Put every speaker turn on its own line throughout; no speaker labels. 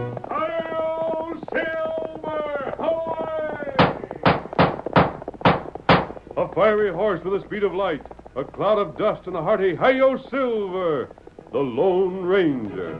Hail, Silver! A fiery horse with the speed of light, a cloud of dust, and a hearty Hail, Silver! The Lone Ranger.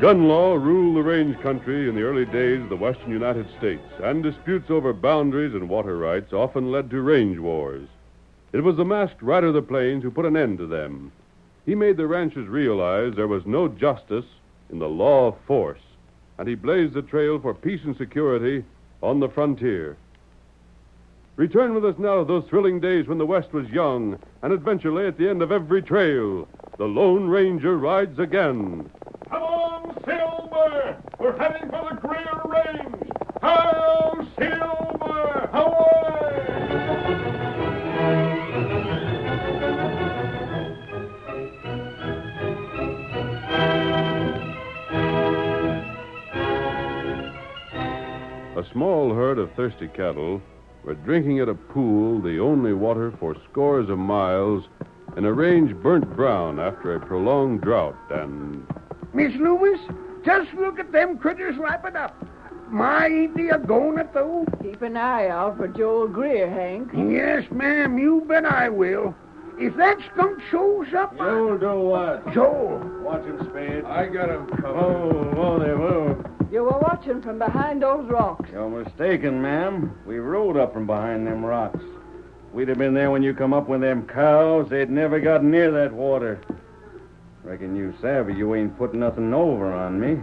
Gun law ruled the range country in the early days of the western United States, and disputes over boundaries and water rights often led to range wars. It was the masked rider of the plains who put an end to them. He made the ranchers realize there was no justice in the law of force, and he blazed the trail for peace and security on the frontier. Return with us now to those thrilling days when the West was young, and adventure lay at the end of every trail. The Lone Ranger rides again. Come on, Silver! We're heading for the Greer Range! Hail, Silver! Hawaii! A small herd of thirsty cattle were drinking at a pool, the only water for scores of miles, in a range burnt brown after a prolonged drought and
Miss Loomis, just look at them critters lapping up. My, ain't they a goin' it, though?
Keep an eye out for Joel Greer, Hank.
Yes, ma'am, you bet I will. If that skunk shows up,
You'll do what?
Joel,
Watch him, Spade. Oh,
I got him covered.
Move, won't he? Move.
You were watching from behind those rocks.
You're mistaken, ma'am. We rode up from behind them rocks. We'd have been there when you come up with them cows. They'd never got near that water. Reckon you savvy you ain't put nothing over on me.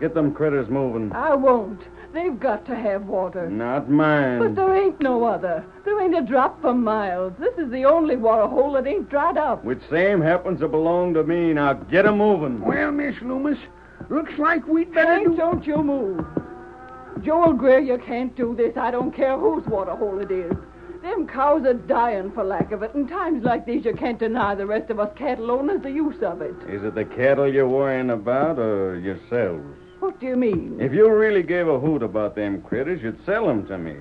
Get them critters moving.
I won't. They've got to have water.
Not
But
mine.
there ain't no other. There ain't a drop for miles. This is the only water hole that ain't dried up.
Which same happens to belong to me. Now get 'em moving.
well, Miss Loomis, looks like we'd better
Hank,
do.
don't you move. Joel Greer, you can't do this. I don't care whose water hole it is. Them cows are dying for lack of it. In times like these, you can't deny the rest of us cattle owners the use of it.
Is it the cattle you're worrying about or yourselves?
What do you mean?
If you really gave a hoot about them critters, you'd sell 'em to me.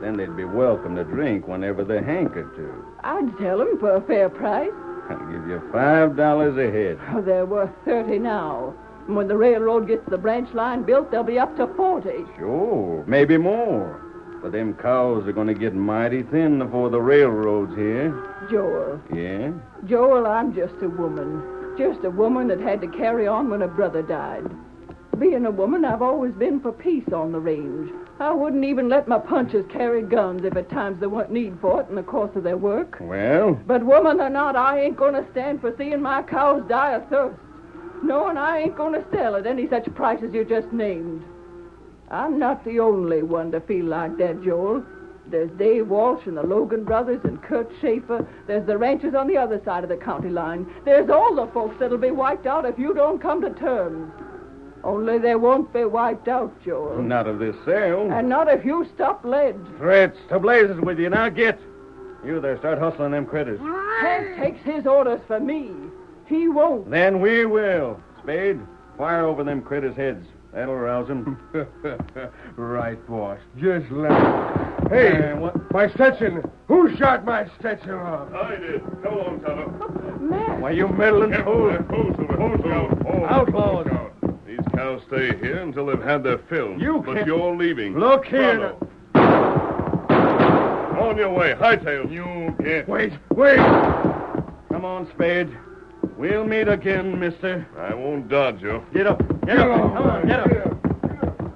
Then they'd be welcome to drink whenever they hankered to.
I'd sell 'em for a fair price.
I'll give you five dollars a head.
Oh, they're worth 30 now. And when the railroad gets the branch line built, they'll be up to 40.
Sure, maybe more. But them cows are going to get mighty thin before the railroad's here.
Joel.
Yeah?
Joel, I'm just a woman. Just a woman that had to carry on when her brother died. Being a woman, I've always been for peace on the range. I wouldn't even let my punchers carry guns if at times there weren't need for it in the course of their work.
Well,
But woman or not, I ain't gonna stand for seeing my cows die of thirst. No, and I ain't gonna sell at any such price as you just named. I'm not the only one to feel like that, Joel. There's Dave Walsh and the Logan brothers and Kurt Schaefer. There's the ranchers on the other side of the county line. There's all the folks that'll be wiped out if you don't come to terms. Only they won't be wiped out, Joel.
not of this sale.
And not if you stop lead.
Threats to blazes with you. Now get. You there, start hustling them critters.
Hank takes his orders for me. He won't.
Then we will. Spade, fire over them critters' heads. That'll rouse them.
right, boss. Just let it. Hey,
Uh, what-
my Stetson. Who shot my Stetson off?
I did. Come along, Tonto.
Matt,
Why, you meddling fool.
Hold,
Outlaws.
These cows stay here until they've had their fill.
You
but
can't-
you're leaving.
Look here
Tonto. On your way, hightail. You can't.
Wait, wait. Come on, Spade. We'll meet again, mister.
I won't dodge you.
Get up. Get up. Come on, get up.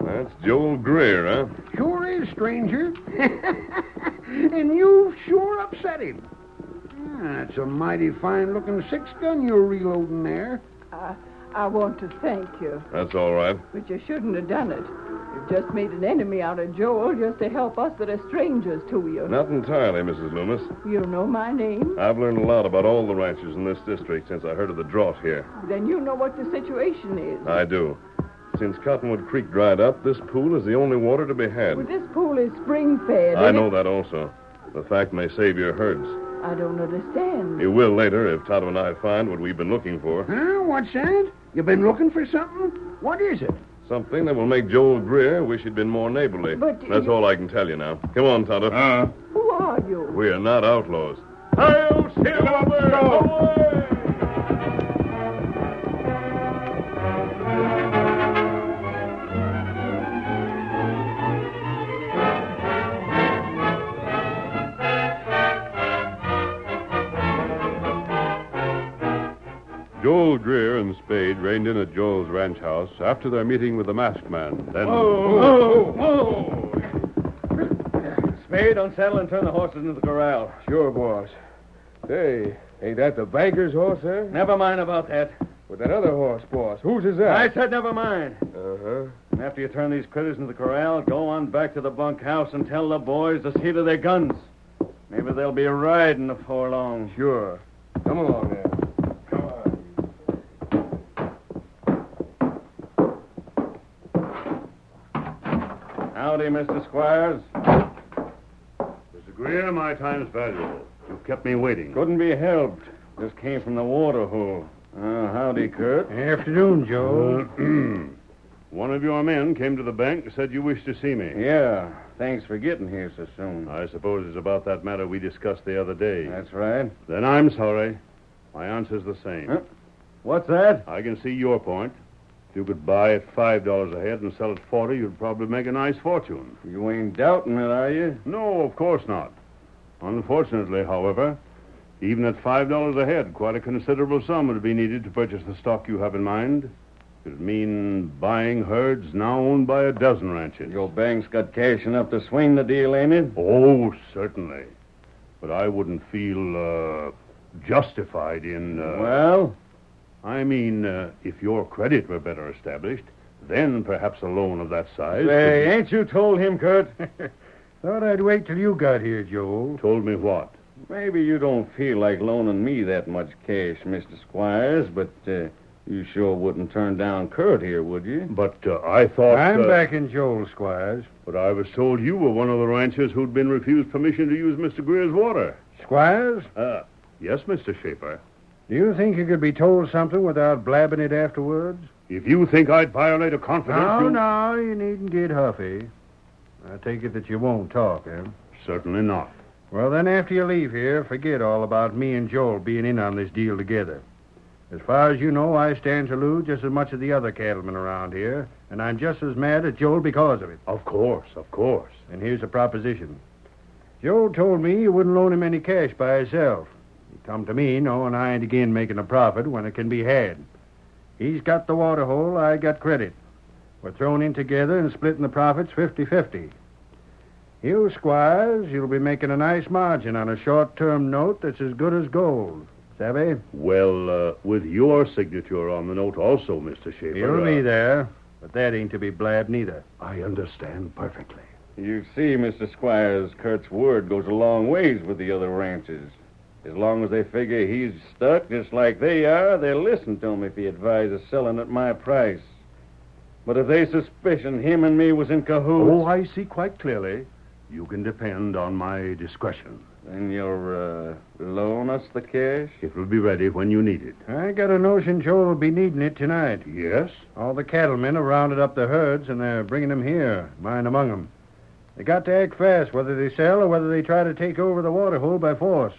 That's Joel Greer, huh?
Sure is, stranger. and you've sure upset him. Ah, That's a mighty fine looking six gun you're reloading there.
I want to thank you.
That's all right.
But you shouldn't have done it. You've just made an enemy out of Joel just to help us that are strangers to you.
Not entirely, Mrs. Loomis.
You know my name?
I've learned a lot about all the ranchers in this district since I heard of the drought here.
Then you know what the situation is.
I do. Since Cottonwood Creek dried up, this pool is the only water to be had.
Well, this pool is spring fed.
I know that also. The fact may save your herds.
I don't understand.
You will later if Toto and I find what we've been looking for.
Huh? What's that? You been looking for something? What is it?
Something that will make Joel Greer wish he'd been more neighborly.
But you-
That's all I can tell you now. Come on, Toto. Uh-huh.
Who are you?
We are not outlaws. Hail Silver! Joel Greer and Spade reined in at Joel's ranch house after their meeting with the masked man. Then. Oh.
Whoa, whoa, Spade, unsaddle and turn the horses into the corral.
Sure, boss. Hey, ain't that the banker's horse, sir?
Never mind about that.
With that other horse, boss. Whose is
I said never mind.
Uh-huh.
And after you turn these critters into the corral, go on back to the bunkhouse and tell the boys to see to their guns. Maybe they'll be riding before long.
Sure. Come along, then.
Howdy, Mr. Squires.
Mr. Greer, my time's valuable. You've kept me waiting.
Couldn't be helped. Just came from the water hole. Uh, howdy, Kurt. Uh,
Afternoon, Joe.
One of your men came to the bank and said you wished to see me.
Yeah, thanks for getting here so soon.
I suppose it's about that matter we discussed the other day.
That's right.
Then I'm sorry. My answer's the same.
Huh? What's that?
I can see your point. If you could buy at five dollars a head and sell at forty, you'd probably make a nice fortune.
You ain't doubting it, are you?
No, of course not. Unfortunately, however, even at five dollars a head, quite a considerable sum would be needed to purchase the stock you have in mind. It'd mean buying herds now owned by a dozen ranches.
Your bank's got cash enough to swing the deal, ain't it?
Oh, certainly. But I wouldn't feel uh, justified in. Uh,
Well,
I mean, uh, if your credit were better established, then perhaps a loan of that size. could
say,
be-
ain't you told him, Kurt?
Thought I'd wait till you got here, Joe.
Told me what?
Maybe you don't feel like loaning me that much cash, Mr. Squires, but uh, you sure wouldn't turn down Kurt here, would you?
But uh, I thought. uh,
in Joel, Squires.
But I was told you were one of the ranchers who'd been refused permission to use Mr. Greer's water.
Squires,
Uh, yes, Mr. Shaper.
do you think you could be told something without blabbing it afterwards?
If you think I'd violate a confidence.
No,
you...
no, you needn't get huffy. I take it that you won't talk, eh?
Certainly not.
Well, then, after you leave here, forget all about me and Joel being in on this deal together. As far as you know, I stand to lose just as much as the other cattlemen around here, and I'm just as mad at Joel because of it.
Of course, of course.
And here's the proposition. Joel told me you wouldn't loan him any cash by himself. He come to me knowing I ain't again making a profit when it can be had.
He's got the water hole, I got credit. We're thrown in together and splitting the profits 50 50. You, Squires, you'll be making a nice margin on a short term note that's as good as gold. Savvy?
Well, uh, with your signature on the note also, Mr. Shaver.
You'll
uh,
be there, but that ain't to be blabbed neither.
I understand perfectly.
You see, Mr. Squires, Kurt's word goes a long ways with the other ranchers. As long as they figure he's stuck just like they are, they'll listen to him if he advises selling at my price. But if they suspicion him and me was in
Oh,
cahoots,
I see quite clearly. You can depend on my discretion.
then you'll uh, loan us the cash?
It will be ready when you need it.
I got a notion Joel'll be needing it tonight.
Yes?
All the cattlemen have rounded up the herds, and they're bringing them here, mine among 'em. They got to act fast, whether they sell or whether they try to take over the water hole by force.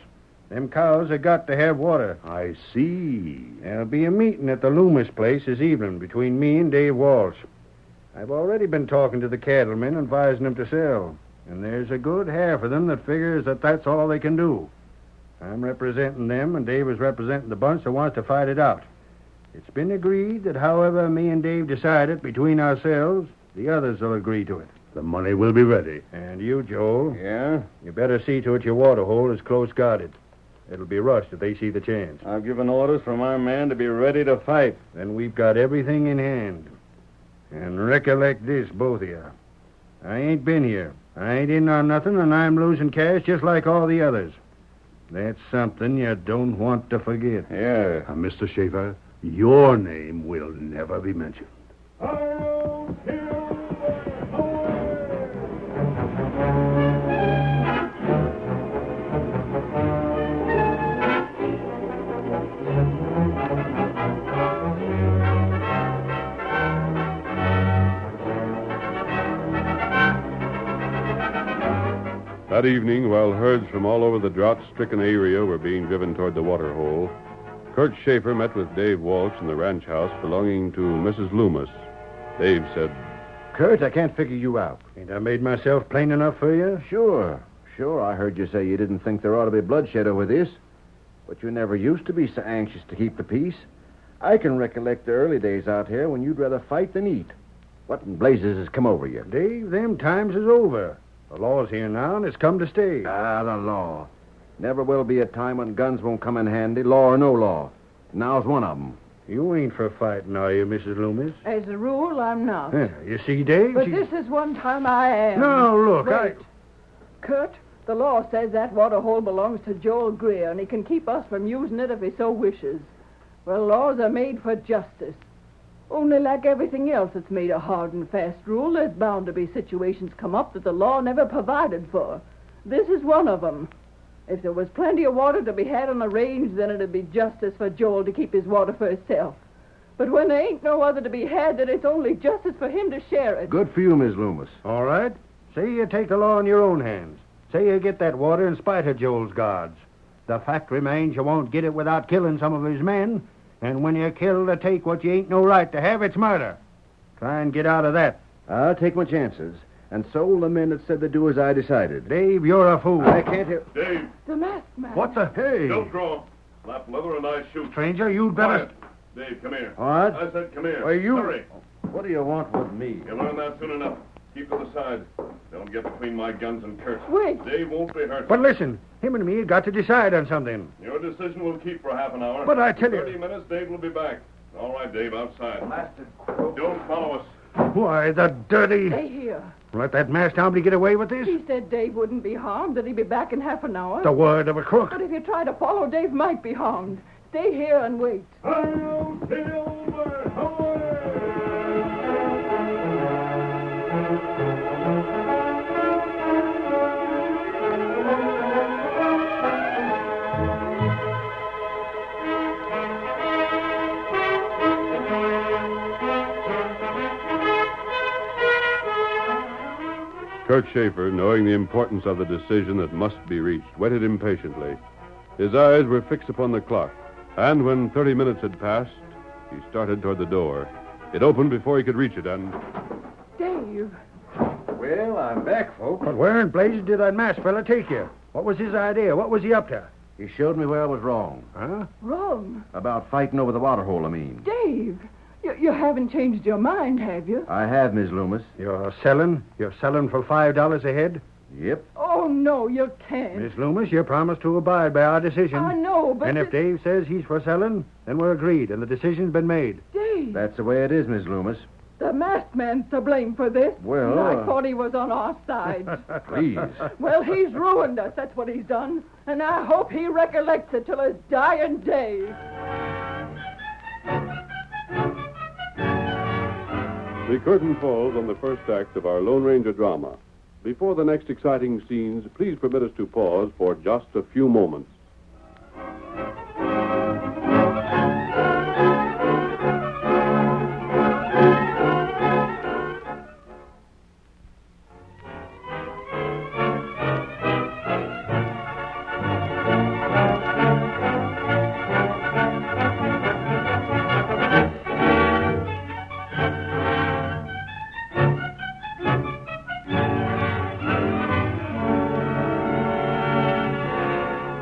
Them cows have got to have water.
I see.
There'll be a meeting at the Loomis place this evening between me and Dave Walsh. I've already been talking to the cattlemen, advising them to sell. And there's a good half of them that figures that that's all they can do. I'm representing them, and Dave is representing the bunch that wants to fight it out. It's been agreed that however me and Dave decide it between ourselves, the others will agree to it.
The money will be ready.
And you, Joel,
Yeah?
you better see to it your water hole is close guarded. It'll be rushed if they see the chance.
I've given orders for my man to be ready to fight.
Then we've got everything in hand. And recollect this, both of you. I ain't been here. I ain't in on nothing, and I'm losing cash just like all the others. That's something you don't want to forget.
Yeah.
Uh, Mr. Shaver, your name will never be mentioned. That evening, while herds from all over the drought stricken area were being driven toward the water hole, Kurt Schaefer met with Dave Walsh in the ranch house belonging to Mrs. Loomis. Dave said,
Kurt, I can't figure you out. Ain't I made myself plain enough for you?
Sure, sure. I heard you say you didn't think there ought to be bloodshed over this, but you never used to be so anxious to keep the peace. I can recollect the early days out here when you'd rather fight than eat. What in blazes has come over you?
Dave, them times is over. The law's here now, and it's come to stay.
Ah, the law. Never will be a time when guns won't come in handy, law or no law. Now's one of 'em.
You ain't for fighting, are you, Mrs. Loomis?
As a rule, I'm not.
Huh, you see, Dave?
But
she-
this is one time I am.
No, look,
Wait. Kurt, the law says that water hole belongs to Joel Greer, and he can keep us from using it if he so wishes. Well, laws are made for justice. Only like everything else that's made a hard and fast rule, there's bound to be situations come up that the law never provided for. This is one of 'em. If there was plenty of water to be had on the range, then it'd be justice for Joel to keep his water for himself. But when there ain't no other to be had, then it's only justice for him to share it.
Good for you, Miss Loomis.
I. All right. Say you take the law in your own hands. Say you get that water in spite of Joel's guards. The fact remains you won't get it without killing some of his men. And when you're killed to take what you ain't no right to have, it's murder. Try and get out of that.
I'll take my chances and sold the men that said to do as I decided.
Dave, you're a fool.
I can't hear.
Dave,
The masked man.
What the? Hey!
draw. Slap leather and I shoot.
Stranger, you'd better.
Dave, come here.
What?
said, come here.
Why, you- Hurry. What do you want with me?
You learn that soon enough. Keep to the side. Don't get between my guns and Kurt.
Wait.
Dave won't be hurt.
But listen, him and me got to decide on something.
Your decision will keep for half an hour.
But I tell you-
30 minutes, Dave will be back. All right, Dave, outside. Don't follow us.
Why, the dirty.
Stay here.
Let that masked hombre get away with this?
He said Dave wouldn't be harmed, that he'd be back in half an hour.
The word of a crook.
But if you try to follow, Dave might be harmed. Stay here and wait.
Kurt Schaefer, knowing the importance of the decision that must be reached, waited impatiently. His eyes were fixed upon the clock, and when 30 minutes had passed, he started toward the door. It opened before he could reach it, and
Dave,
Well, I'm back, folks.
Oh, But where in blazes did that masked fella take you? What was his idea? What was he up to?
He showed me where I was wrong. Huh?
Wrong.
About fighting over the water hole, I mean.
Dave, you, you haven't changed your mind, have you?
I have, Miss Loomis.
You're selling? You're selling for $5 a head?
Yep.
Oh, no, you can't.
Miss Loomis, you promised to abide by our decision.
I know, Oh, but.
and if
the-
Dave says he's for selling, then we're agreed, and the decision's been made.
Dave,
That's the way it is, Miss Loomis.
the masked man's to blame for this.
Well,
And I
uh,
thought he was on our side.
Please.
well, he's ruined us. That's what he's done. And I hope he recollects it till his dying day.
The curtain falls on the first act of our Lone Ranger drama. Before the next exciting scenes, please permit us to pause for just a few moments.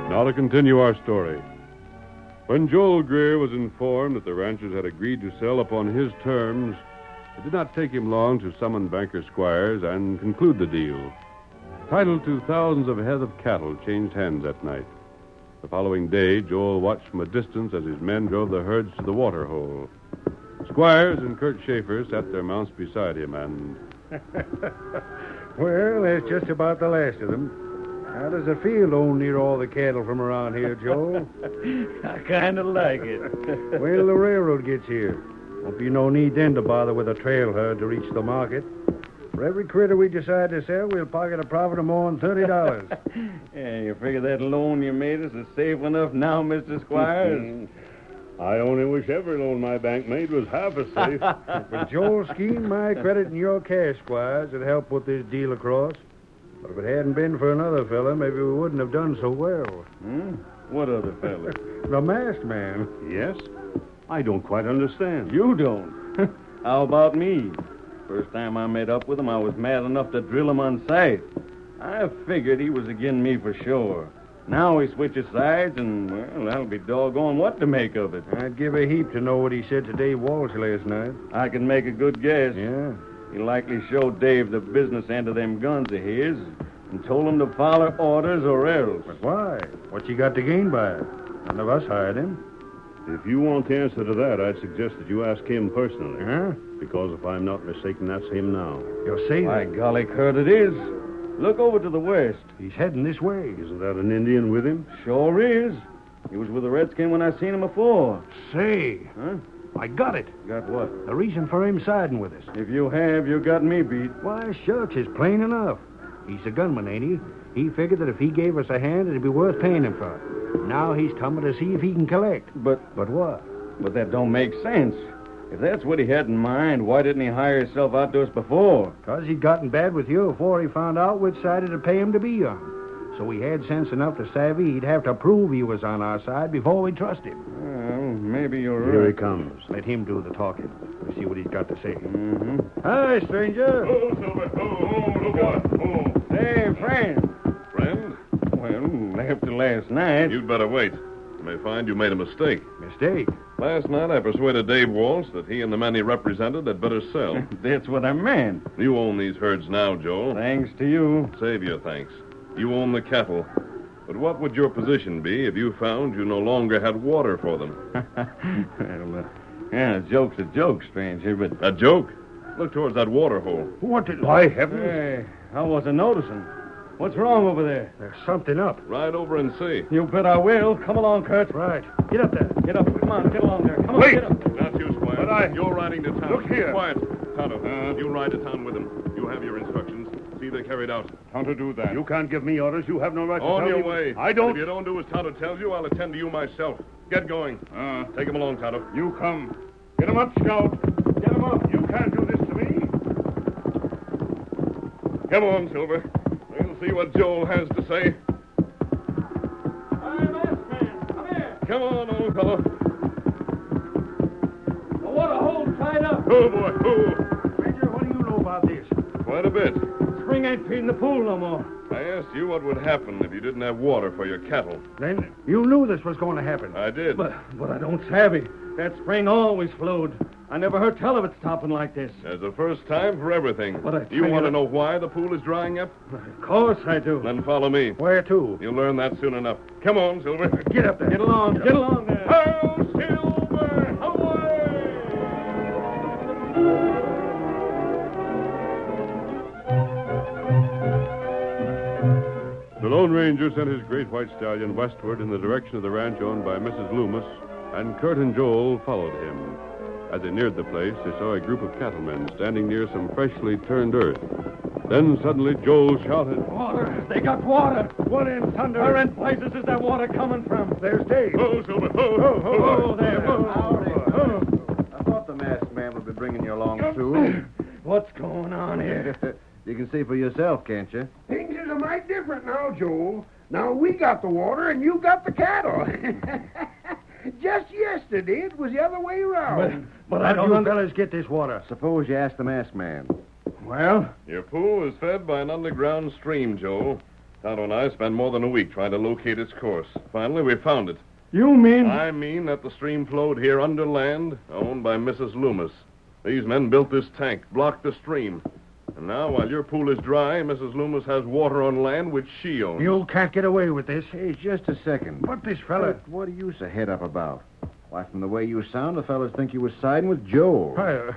Now to continue our story. When Joel Greer was informed that the ranchers had agreed to sell upon his terms, it did not take him long to summon Banker Squires and conclude the deal. Title to thousands of head of cattle changed hands that night. The following day, Joel watched from a distance as his men drove the herds to the water hole. Squires and Kurt Schaefer sat their mounts beside him, and
Well, that's just about the last of them. How does it feel to own near all the cattle from around here, Joel?
I kind of like it.
Wait till the railroad gets here. Won't be no need then to bother with a trail herd to reach the market. For every critter we decide to sell, we'll pocket a profit of more than thirty dollars.
yeah, you figure that loan you made us is safe enough now, Mr. Squires?
I only wish every loan my bank made was half as safe.
With Joel's scheme, my credit and your cash, Squires, it helped put this deal across. But if it hadn't been for another fella, maybe we wouldn't have done so well.
hmm? What other fella?
The masked man.
yes? I don't quite understand.
You don't. How about me? First time I met up with him, I was mad enough to drill him on sight. I figured he was again me for sure. Now he switches sides, and, well, that'll be doggone what to make of it.
I'd give a heap to know what he said to Dave Walsh last night.
I can make a good guess.
Yeah.
He likely showed Dave the business end of them guns of his and told him to follow orders or else.
But why? What's he got to gain by it? None of us hired him.
If you want the answer to that, I'd suggest that you ask him personally.
Huh?
Because if I'm not mistaken, that's him now.
You'll see.
By golly, Kurt, it is. Look over to the west.
He's heading this way.
Isn't that an Indian with him?
Sure is. He was with the redskin when I seen him before.
Say,
Huh?
I got it.
Got what?
The reason for him siding with us.
If you have, you got me beat.
Why, shucks, it's plain enough. He's a gunman, ain't he? He figured that if he gave us a hand, it'd be worth paying him for it. Now he's coming to see if he can collect.
But
But what?
but that don't make sense. If that's what he had in mind, why didn't he hire himself out to us before?
Because he'd gotten bad with you before he found out which side to pay him to be on. So he had sense enough to savvy he'd have to prove he was on our side before we trust him.
Well, maybe you're
Here he
right.
comes.
Let him do the talking. Let's see what he's got to say.
Mm-hmm.
Hi, stranger.
Hey, friend.
Friend,
Well, after last night.
you'd better wait. You may find you made a mistake.
Mistake.
Last night, I persuaded Dave Walsh that he and the men he represented had better sell.
That's what I meant.
you own these herds now, Joel.
Thanks to you.
Save your thanks. You own the cattle. But what would your position be if you found you no longer had water for them?
well, uh, yeah, joke's a joke, stranger, but.
A joke? Look towards that water hole.
What did I
Hey, I wasn't noticing. What's wrong over there?
There's something up.
Ride over and see.
You bet I will. Come along, Kurt.
Right. Get up there.
Get up. Come on, get along there. Come on,
Wait!
get up.
Not you, Squire. But I... You're riding to town.
Look here.
Quiet. Tonto, you ride to town with him. You have your instructions. See they're carried out. Tonto, do that.
You can't give me orders. You have no right to
On
tell
your
me-
way.
I
If
don't.
you don't do as Tonto tells you, I'll attend to you myself. Get going.
Uh,
Take him along, Tonto.
you come. Get him up, Scout. Get him up. You can't do this to me.
Come on, Silver. We'll see what Joel has to say.
I'm man. Come here.
Come on, old fellow.
I want to hold tight up.
Oh, boy. Oh,
Ranger, what do you know about this?
quite a bit.
spring ain't feeding the pool no more.
I asked you what would happen if you didn't have water for your cattle.
Then you knew this was going to happen.
I did.
But but I don't savvy. That spring always flowed. I never heard tell of it stopping like this.
There's a first time for everything.
But I
do you
tell you
want to
that-
know why the pool is drying up?
Of course I do.
Then follow me.
Where to?
You'll learn that soon enough. Come on, Silver.
Get up there. Get along. Get along there.
Oh, Silver! Away! The Lone Ranger sent his great white stallion westward in the direction of the ranch owned by Mrs. Loomis, and Kurt and Joel followed him. As they neared the place, they saw a group of cattlemen standing near some freshly turned earth. Then suddenly Joel shouted,
Water. They got water. What in thunder? Where in places is that water coming from? There's Dave.
Ho, Silver! Ho, ho, ho!
Oh, there. Oh,
I thought the masked man would be bringing you along, too.
What's going on here?
you can see for yourself, can't you?
Things is a mite different now, Joel. Now we got the water and you got the cattle. Just yesterday it was the other way around.
But
How
I
do
don't
you
under-
fellas get this water?
Suppose you ask the masked man.
Well,
Your pool is fed by an underground stream, Joel. Tonto and I spent more than a week trying to locate its course. Finally, we found it.
you mean
I mean that the stream flowed here under land, owned by Mrs. Loomis. These men built this tank, blocked the stream. And now, while your pool is dry, Mrs. Loomis has water on land which she owns.
You can't get away with this.
Hey, just a second.
What this fella?
What, what are you so head up about? Why, from the way you sound, the fellas think you was siding with Joel.
I, uh,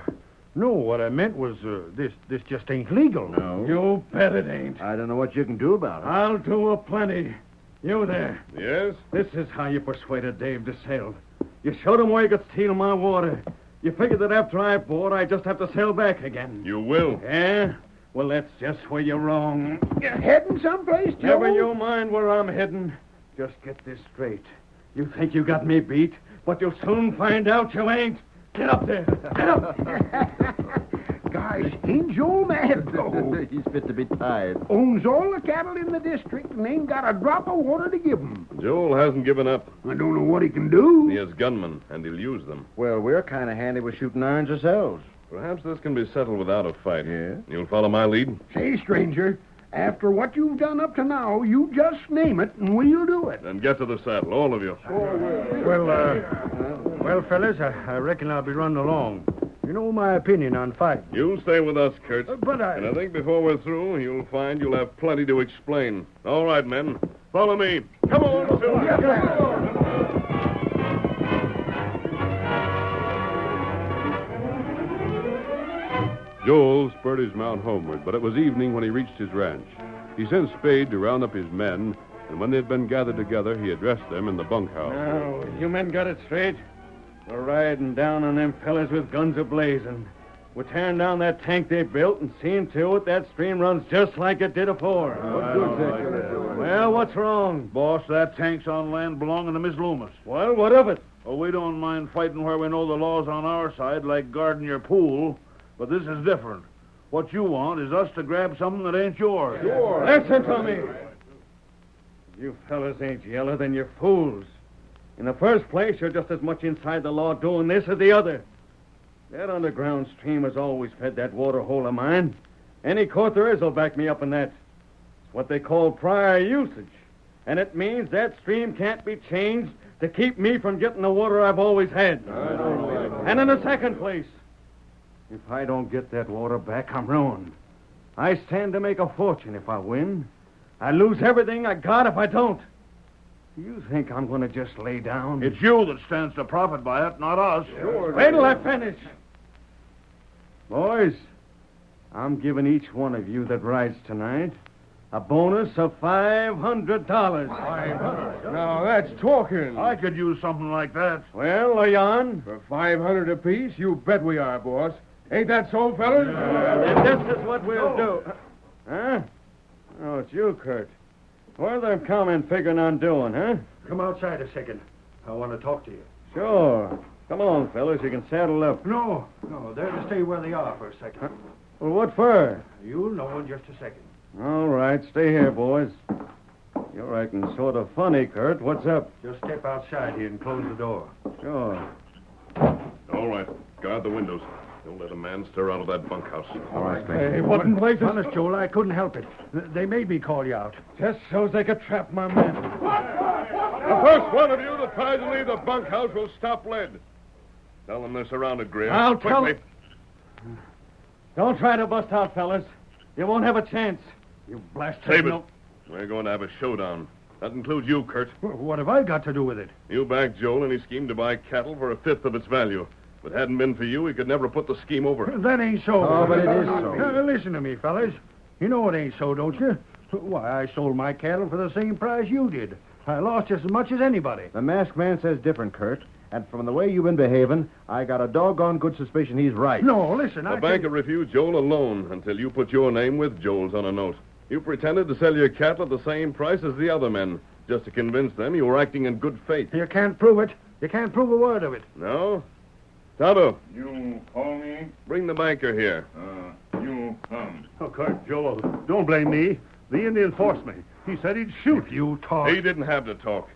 no, what I meant was uh, this. This just ain't legal.
No.
You bet it ain't.
I don't know what you can do about it.
I'll do a plenty. You there.
Yes?
This is how you persuaded Dave to sell. You showed him where you could steal my water. You figured that after I bought, I'd just have to sell back again.
You will.
Yeah? Well, that's just where you're wrong.
Heading someplace, Joel?
Never you mind where I'm heading. Just get this straight. You think you got me beat, but you'll soon find out you ain't. Get up there. Get up.
Gosh, ain't Joel mad, though?
He's fit to be tied.
Owns all the cattle in the district and ain't got a drop of water to give 'em.
Joel hasn't given up.
I don't know what he can do.
He has gunmen, and he'll use them.
Well, we're kind of handy with shooting irons ourselves.
Perhaps this can be settled without a fight.
Yeah?
You'll follow my lead?
Say, stranger, after what you've done up to now, you just name it and we'll do it.
Then get to the saddle, all of you.
Well, uh, well, fellas, I, I reckon I'll be running along. You know my opinion on fighting.
You'll stay with us, Kurt.
Uh, But
And
I.
I think before we're through, you'll find you'll have plenty to explain. All right, men. Follow me. Come on, Silver. Joel spurred his mount homeward, but it was evening when he reached his ranch. He sent Spade to round up his men, and when they had been gathered together, he addressed them in the bunkhouse.
Now, you men got it straight. We're riding down on them fellas with guns ablazing. We're tearing down that tank they built and seeing to it that stream runs just like it did afore.
Oh,
well, what's wrong?
Boss, that tank's on land belonging to Miss Loomis.
Well, what of it?
Oh, we don't mind fighting where we know the law's on our side, like guarding your pool, but this is different. What you want is us to grab something that ain't yours.
Listen to me. You fellas ain't yeller than you're fools. In the first place, you're just as much inside the law doing this as the other. That underground stream has always fed that water hole of mine. Any court there is will back me up in that. It's what they call prior usage. And it means that stream can't be changed to keep me from getting the water I've always had. And in the second place, if I don't get that water back, I'm ruined. I stand to make a fortune if I win. I lose everything I got if I don't. You think I'm going to just lay down?
It's you that stands to profit by it, not us.
Wait till I finish. Boys, I'm giving each one of you that rides tonight a bonus of $500.
Now, that's talking.
I could use something like that.
Well, Leon,
For 500 apiece, you bet we are, boss. Ain't that so, fellas?
and this is what we'll do. Huh? Oh, it's you, Kurt. What are them cowmen figuring on doing, huh?
Come outside a second. I want to talk to you.
Sure. Come along, fellas. You can saddle up.
No, no, they're to stay where they are for a second.
Well, what for?
You'll know in just a second.
All right, stay here, boys. You're acting sort of funny, Kurt. What's up?
Just step outside here and close the door.
Sure.
All right. Guard the windows. Don't let a man stir out of that bunkhouse.
All right, Spanky.
Hey, what in places?
Honest, Joel, I couldn't help it. Th- They made me call you out.
Just shows they could trap my man.
The first one of you that tries to leave the bunkhouse will stop lead. Tell them they're surrounded, Greer.
I'll tell-
Quickly.
Don't try to bust out, fellas. You won't have a chance. You blast
Save it. We're going to have a showdown. That includes you, Kurt.
Wh- What have I got to do with it?
You backed Joel, and he schemed to buy cattle for a fifth of its value. If it hadn't been for you, he could never put the scheme over.
That ain't so.
No, Oh, but it is
uh,
so.
Now, listen to me, fellas. You know it ain't so, don't you? Why, I sold my cattle for the same price you did. I lost just as much as anybody.
The masked man says different, Kurt. And from the way you've been behaving, I got a doggone good suspicion he's right.
uh,
No, listen,
The
I...
banker refused Joel a loan until you put your name with Joel's on a note. You pretended to sell your cattle at the same price as the other men, just to convince them you were acting in good faith.
You can't prove it. You can't prove a word of it.
No? Tonto,
You call me?
bring the banker here.
Uh, you come.
Oh, Kurt, Joel, don't blame me. The Indian forced me. He said he'd shoot.
If you talk...
He didn't have to talk.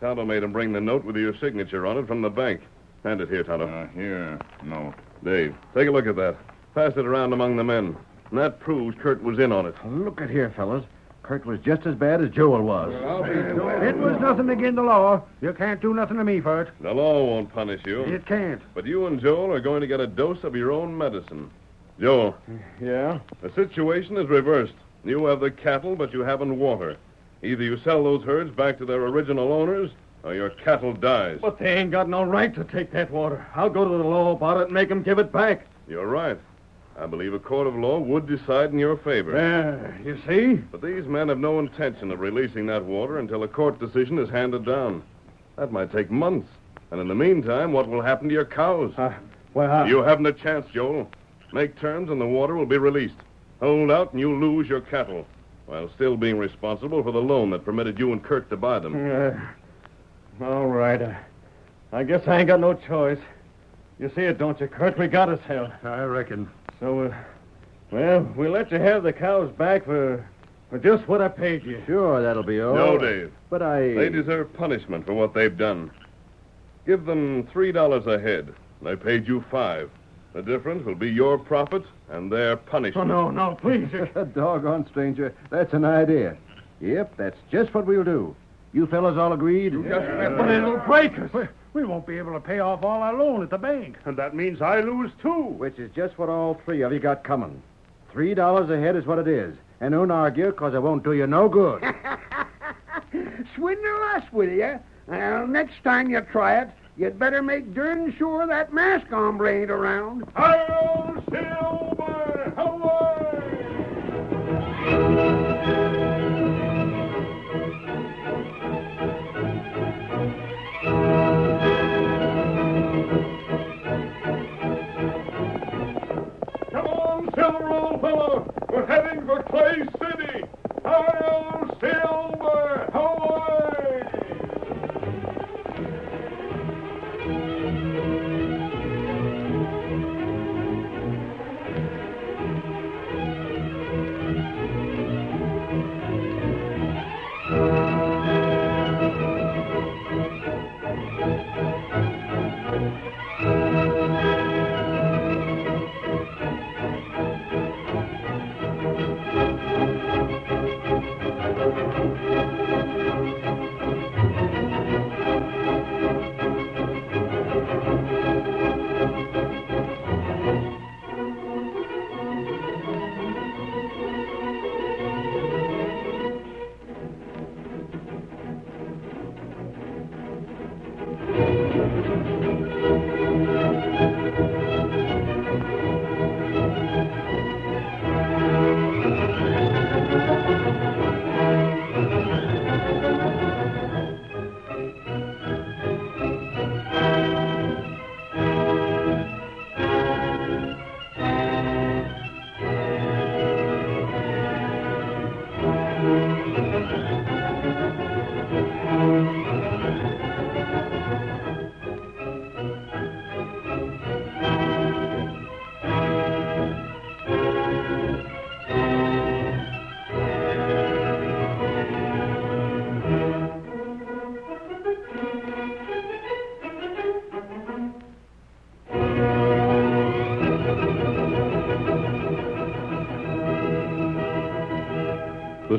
Tonto made him bring the note with your signature on it from the bank. Hand it here, Tonto.
Uh, here. No.
Dave, take a look at that. Pass it around among the men. And that proves Kurt was in on it.
Look at here, fellas. Kurt was just as bad as Joel was.
It was nothing against the law. You can't do nothing to me for it.
The law won't punish you.
It can't.
But you and Joel are going to get a dose of your own medicine. Joel,
Yeah?
the situation is reversed. You have the cattle, but you haven't water. Either you sell those herds back to their original owners, or your cattle dies.
But they ain't got no right to take that water. I'll go to the law about it and make 'em give it back.
You're right. I believe a court of law would decide in your favor.
There, Uh, you see?
But these men have no intention of releasing that water until a court decision is handed down. That might take months. And in the meantime, what will happen to your cows?
Well, I-
You haven't a chance, Joel. Make terms and the water will be released. Hold out and you lose your cattle, while still being responsible for the loan that permitted you and Kirk to buy
Mm.
them.
Uh, all right. I, I guess I ain't got no choice. You see it, don't you, Kurt? We got to sell.
I reckon.
So, uh, well, we let you have the cows back for, for just what I paid you.
Sure, that'll be all.
Oh.
No, Dave.
But I.
They deserve punishment for what they've done. Give them three dollars a head. They paid you five. The difference will be your profit and their
Oh,
punishment.
no, no, please. you-
A doggone stranger. That's an idea. Yep, that's just what we'll do. You fellas all agreed?
but it'll break us.
We won't be able to pay off all our loan at the bank.
And that means I lose, too.
Which is just what all three of you got coming. Three dollars a head is what it is. And don't argue, 'cause it won't do you no good.
Swindle us with you. Well, next time you try it, you'd better make darn sure that mask hombre ain't around.
Come on, Silver, old fellow. We're heading for Clay City. Hail, Silver! Hawaii! The